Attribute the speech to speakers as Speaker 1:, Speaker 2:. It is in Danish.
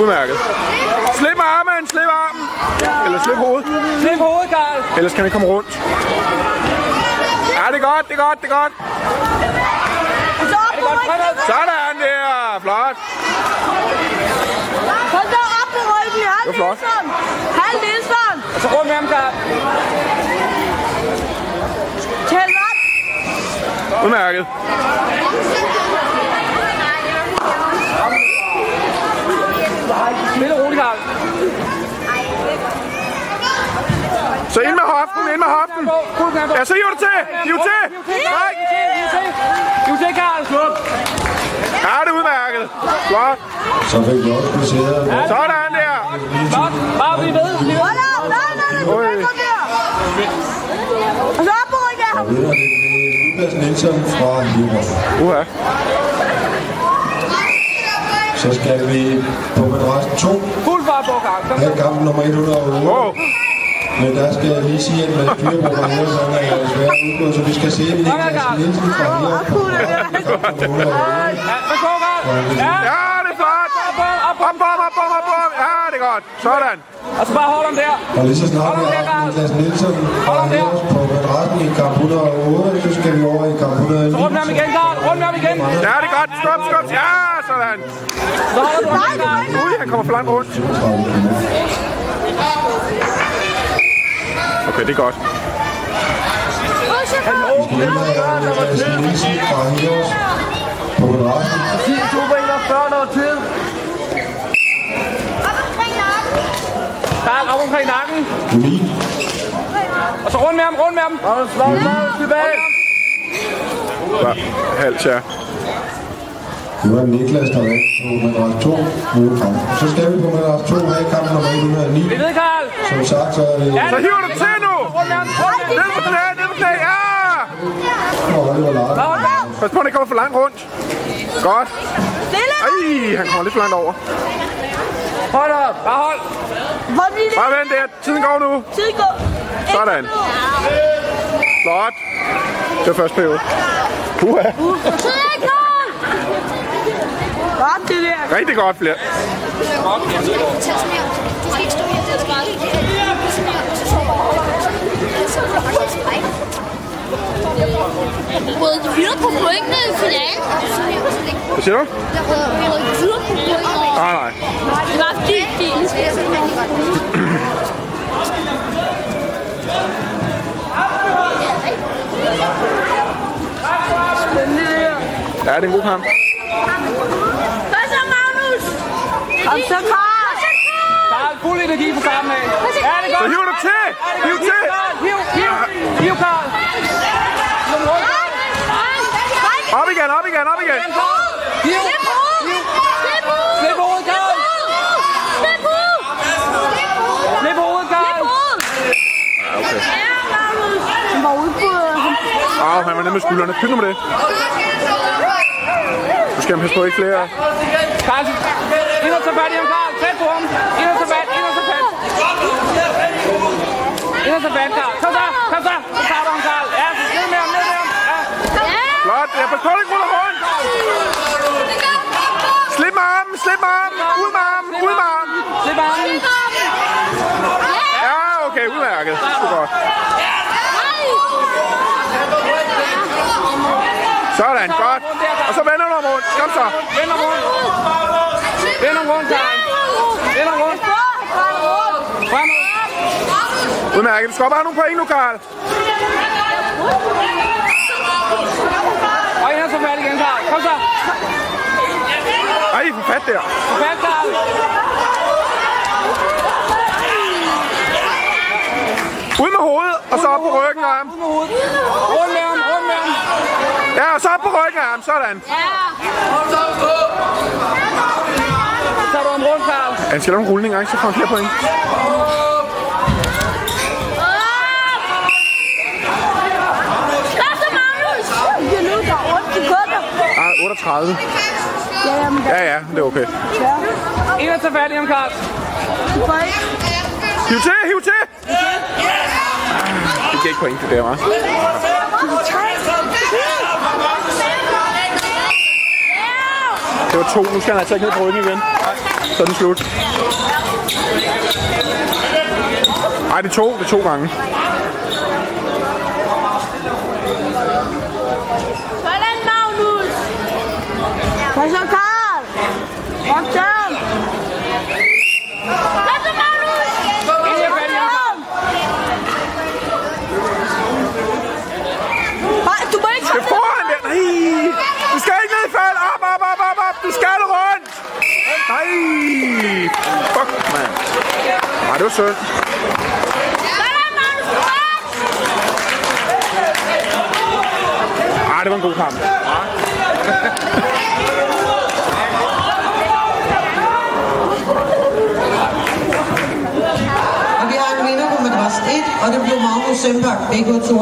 Speaker 1: Udmærket. Slip armen, slip armen. Eller slip hovedet.
Speaker 2: Slip hovedet, Karl.
Speaker 1: Ellers kan det komme rundt. Ja, det er godt, det er godt, det er godt.
Speaker 2: Er det godt fremad?
Speaker 1: Sådan der. Flot.
Speaker 3: Hold da op med ryggen, han
Speaker 1: Det var flot.
Speaker 3: Nielsen! Han Nielsen!
Speaker 2: Og så rundt med ham, Karl.
Speaker 3: Tæl op!
Speaker 1: Udmærket.
Speaker 2: Spil roligt, Karl.
Speaker 1: Så ind med hoften, ind med hoften.
Speaker 2: Fuld gang på.
Speaker 1: Ja, så hiver du til. Hiv til. Nej.
Speaker 2: Hiv til, hiv til. Hiv til, Karl. Sluk.
Speaker 1: Ja, det er udmærket. Flot.
Speaker 4: Så fik vi også placeret
Speaker 1: Sådan der.
Speaker 2: Flot. Bare bliv ved. Bliv ved.
Speaker 3: Hold da op! Nej, nej, nej, du
Speaker 1: Oj.
Speaker 3: kan gå der! Og så op med ryggen af ham!
Speaker 4: vinder det med Lukas Nielsen fra Jylland.
Speaker 1: Uha.
Speaker 4: Så skal vi på madras 2
Speaker 2: Fuld fart på, Karl. Kom.
Speaker 4: af kamp nummer 108.
Speaker 1: Wow.
Speaker 4: Men der skal jeg lige sige, at Mads Dyrebro var nede, så han er svært udgået, så vi skal se Niklas Nielsen fra
Speaker 3: Ah,
Speaker 4: Jylland.
Speaker 2: Ja, så går, Karl. Ja.
Speaker 1: Ja, det er flot.
Speaker 2: Op, op, op.
Speaker 1: Op, op, op, op, op, op. Ja, det er godt. Sådan.
Speaker 2: Og så bare hold om der.
Speaker 4: Og lige så snart vi har haft Niklas Nielsen fra Jylland på madrassen i kamp 108, så skal vi over i kamp 109.
Speaker 2: Så rundt med ham igen, Karl. Rundt med ham igen.
Speaker 1: Ja, det er godt. Skub, skub. Ja, sådan.
Speaker 2: Så holder du ham, Karl.
Speaker 1: Ui, han kommer flank rundt.
Speaker 4: 37 km.
Speaker 1: Okay, det er godt.
Speaker 4: Vi skal ind med Niklas Nielsen fra Jylland på madrassen.
Speaker 2: 241 noget tid. Karl, op omkring nakken.
Speaker 4: Emil,
Speaker 2: Og så rundt med ham, rundt med ham. Og slå tilbage.
Speaker 1: Ja, hals, ja.
Speaker 4: Det var Niklas, der vandt på madras 2 mod kamp. Så skal vi på madras 2 her i kamp nummer 109.
Speaker 2: Vi ved, Karl.
Speaker 4: Som sagt, så er det
Speaker 1: Så hiver du til nu.
Speaker 2: Rundt med ham, rundt med ham.
Speaker 1: Ned på knæ, ned på knæ. Ja.
Speaker 4: og Oliver Larsen.
Speaker 2: Hold da op.
Speaker 1: Pas på, at det kommer for langt rundt. Godt.
Speaker 3: Stille!
Speaker 1: Ej, han kommer lidt for langt over.
Speaker 2: Hold op. Bare hold.
Speaker 3: Hvor er det
Speaker 1: Bare vent der. Tiden går nu.
Speaker 3: tid gå?
Speaker 1: Sådan. Flot. Det var første periode. Uha.
Speaker 3: Tid gå! Godt det der!
Speaker 1: Rigtig godt flere.
Speaker 5: Tag snævn. Du skal ikke stå her, det er skrald.
Speaker 6: Røde videre på pointene i finalen.
Speaker 1: Hvad siger du?
Speaker 6: Røde videre på pointene.
Speaker 1: Nej, nej.
Speaker 6: Det var fordi, de...
Speaker 1: Ja, det er en god kamp.
Speaker 3: Hvad så, Magnus? Kom så, Karl!
Speaker 2: Karl, fuld energi på Karl af. Ja, det er
Speaker 1: Så
Speaker 2: godt.
Speaker 1: hiver du til. Hiv til.
Speaker 2: Karl, hiv, hiv, hiv, Karl. Slå den rundt, Karl.
Speaker 1: Op igen, op igen, op igen.
Speaker 2: Hiv, hiv. Slip hovedet, Karl. Slip hovedet, Karl.
Speaker 3: Han var ude på...
Speaker 1: Åh, oh, han var nede med skuldrene. Pyt nu med det. Du skal passe på ikke flere.
Speaker 2: Karl, ind og tage fat i ham, Karl. Tæt på ham. Ind og tage fat, ind og tage fat. Ind og tage fat, Karl. Kom så, kom så. Så tager du ham, Karl. Ja, så ned med ham, ned med ham. Ja.
Speaker 1: Flot. Ja, pas på, det ikke ruller rundt. Slip med armen, slip med armen. Ud med armen, ud med armen.
Speaker 2: Slip armen.
Speaker 1: Ja, okay, udmærket. Det er godt. Sådan, godt. Og så vender du om rundt. Kom så.
Speaker 2: Vend ham rundt. Vend ham rundt, Karl. Vend ham rundt. Fremad.
Speaker 1: Udmærket. Du skal bare nogle point nu, Karl.
Speaker 2: Og ind og tage fat igen, Karl. Kom så.
Speaker 1: Ej, for fat der.
Speaker 2: Tag fat, Karl.
Speaker 1: Ud med hovedet, og så op på ryggen af ham.
Speaker 2: Ud med hovedet. Rundt med ham, rundt med ham.
Speaker 1: Ja, og så op på ryggen af ham. Sådan.
Speaker 2: Så tager du ham rundt, Karl.
Speaker 1: Han skal lave en rulling, ikke? Så får han flere point.
Speaker 3: Kom så, Magnus! Det er nu, der er ondt i gulvet.
Speaker 1: Ah, 38.
Speaker 3: Ja, jamen, der
Speaker 1: Ja, ja, det er okay.
Speaker 3: er tør.
Speaker 2: Ind og tage fat i ham, Karl.
Speaker 3: Du får ikke...
Speaker 1: Hiv til, hiv til! Ah, Det giver ikke point, det der, var. Det var to, nu skal han altså ikke ned på ryggen igen.
Speaker 6: Kom
Speaker 1: Så er det slut. Ej, det er to. Det er to gange.
Speaker 3: Sådan, Magnus! Hvad så, Karl? Kom så! Hvad så, Magnus? Hvad så, Karl? Nej, du må ikke
Speaker 1: Det er foran der. Nej. Du skal ikke ned i fald. Op, op, op, op, op. Du skal rundt. Nej. Fuck, mand. Ej, det var synd.
Speaker 3: Sådan, Magnus! Kom!
Speaker 1: Ej, det var en god kamp.
Speaker 7: Og vi har en vinder på madras 1, og det blev Magnus Sømbak, BK 2.